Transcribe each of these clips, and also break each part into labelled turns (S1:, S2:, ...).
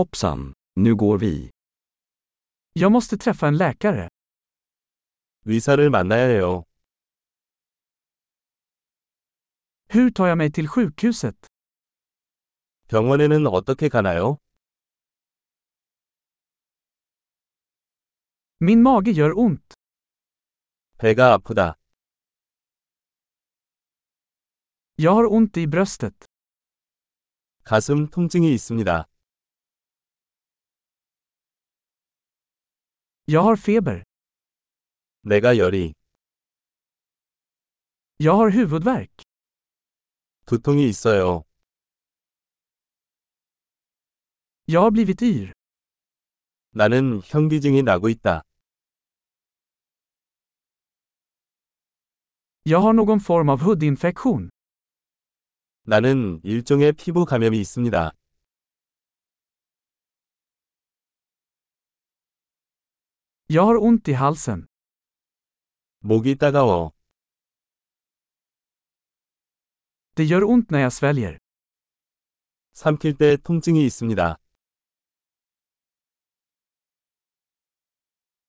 S1: Hoppsan, nu går vi.
S2: Jag måste träffa en läkare.
S3: 의사를 만나야 해요.
S2: Hur tar jag mig till sjukhuset?
S3: 병원에는 어떻게 가나요?
S2: Min mage gör ont.
S3: 배가 아프다.
S2: Jag har ont i bröstet.
S3: 가슴 통증이 있습니다.
S2: Jag har feber.
S3: 내가 열이,
S2: Jag har huvudvärk.
S3: 두통이 있어요.
S2: Jag har blivit yr.
S3: 나는 현기증이 나고 있다.
S2: Jag har någon form av hudinfektion.
S3: 나는 일종의 피부 감염이 있습니다.
S2: Jag har ont i halsen.
S3: 목이 따가워.
S2: Det gör ont när jag sväljer.
S3: 삼킬 때 통증이 있습니다.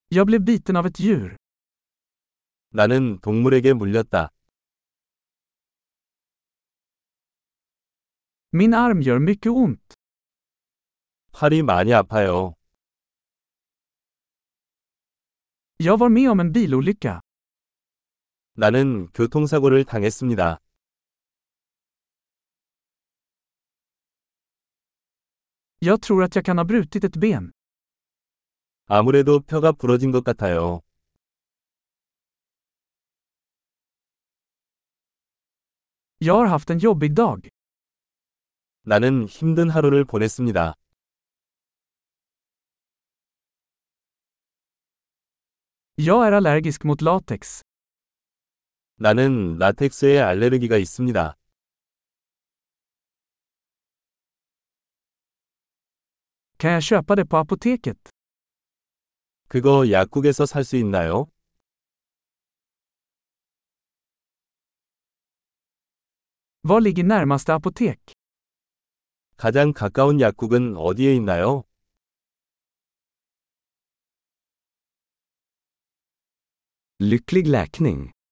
S2: Jag blev biten av ett djur.
S3: 나는 동물에게 물렸다.
S2: Min arm gör mycket ont.
S3: 팔이 많이 아파요.
S2: Jag var med om en bilolycka.
S3: 나는 교통사고를 당했습니다.
S2: Jag tror att jag kan ha brutit ett ben.
S3: 아무래도 뼈가 부러진 것 같아요.
S2: Jag har haft en jobbig dag.
S3: 나는 힘든 하루를 보냈습니다.
S2: Jag är allergisk mot latex.
S3: 나는 라텍스에 알레르기가 있습니다.
S2: Kan jag köpa det på apoteket?
S3: 그거 약국에서 살 수 있나요?
S2: Var ligger närmaste apotek?
S3: 가장 가까운 약국은 어디에 있나요?
S1: Lycklig läkning!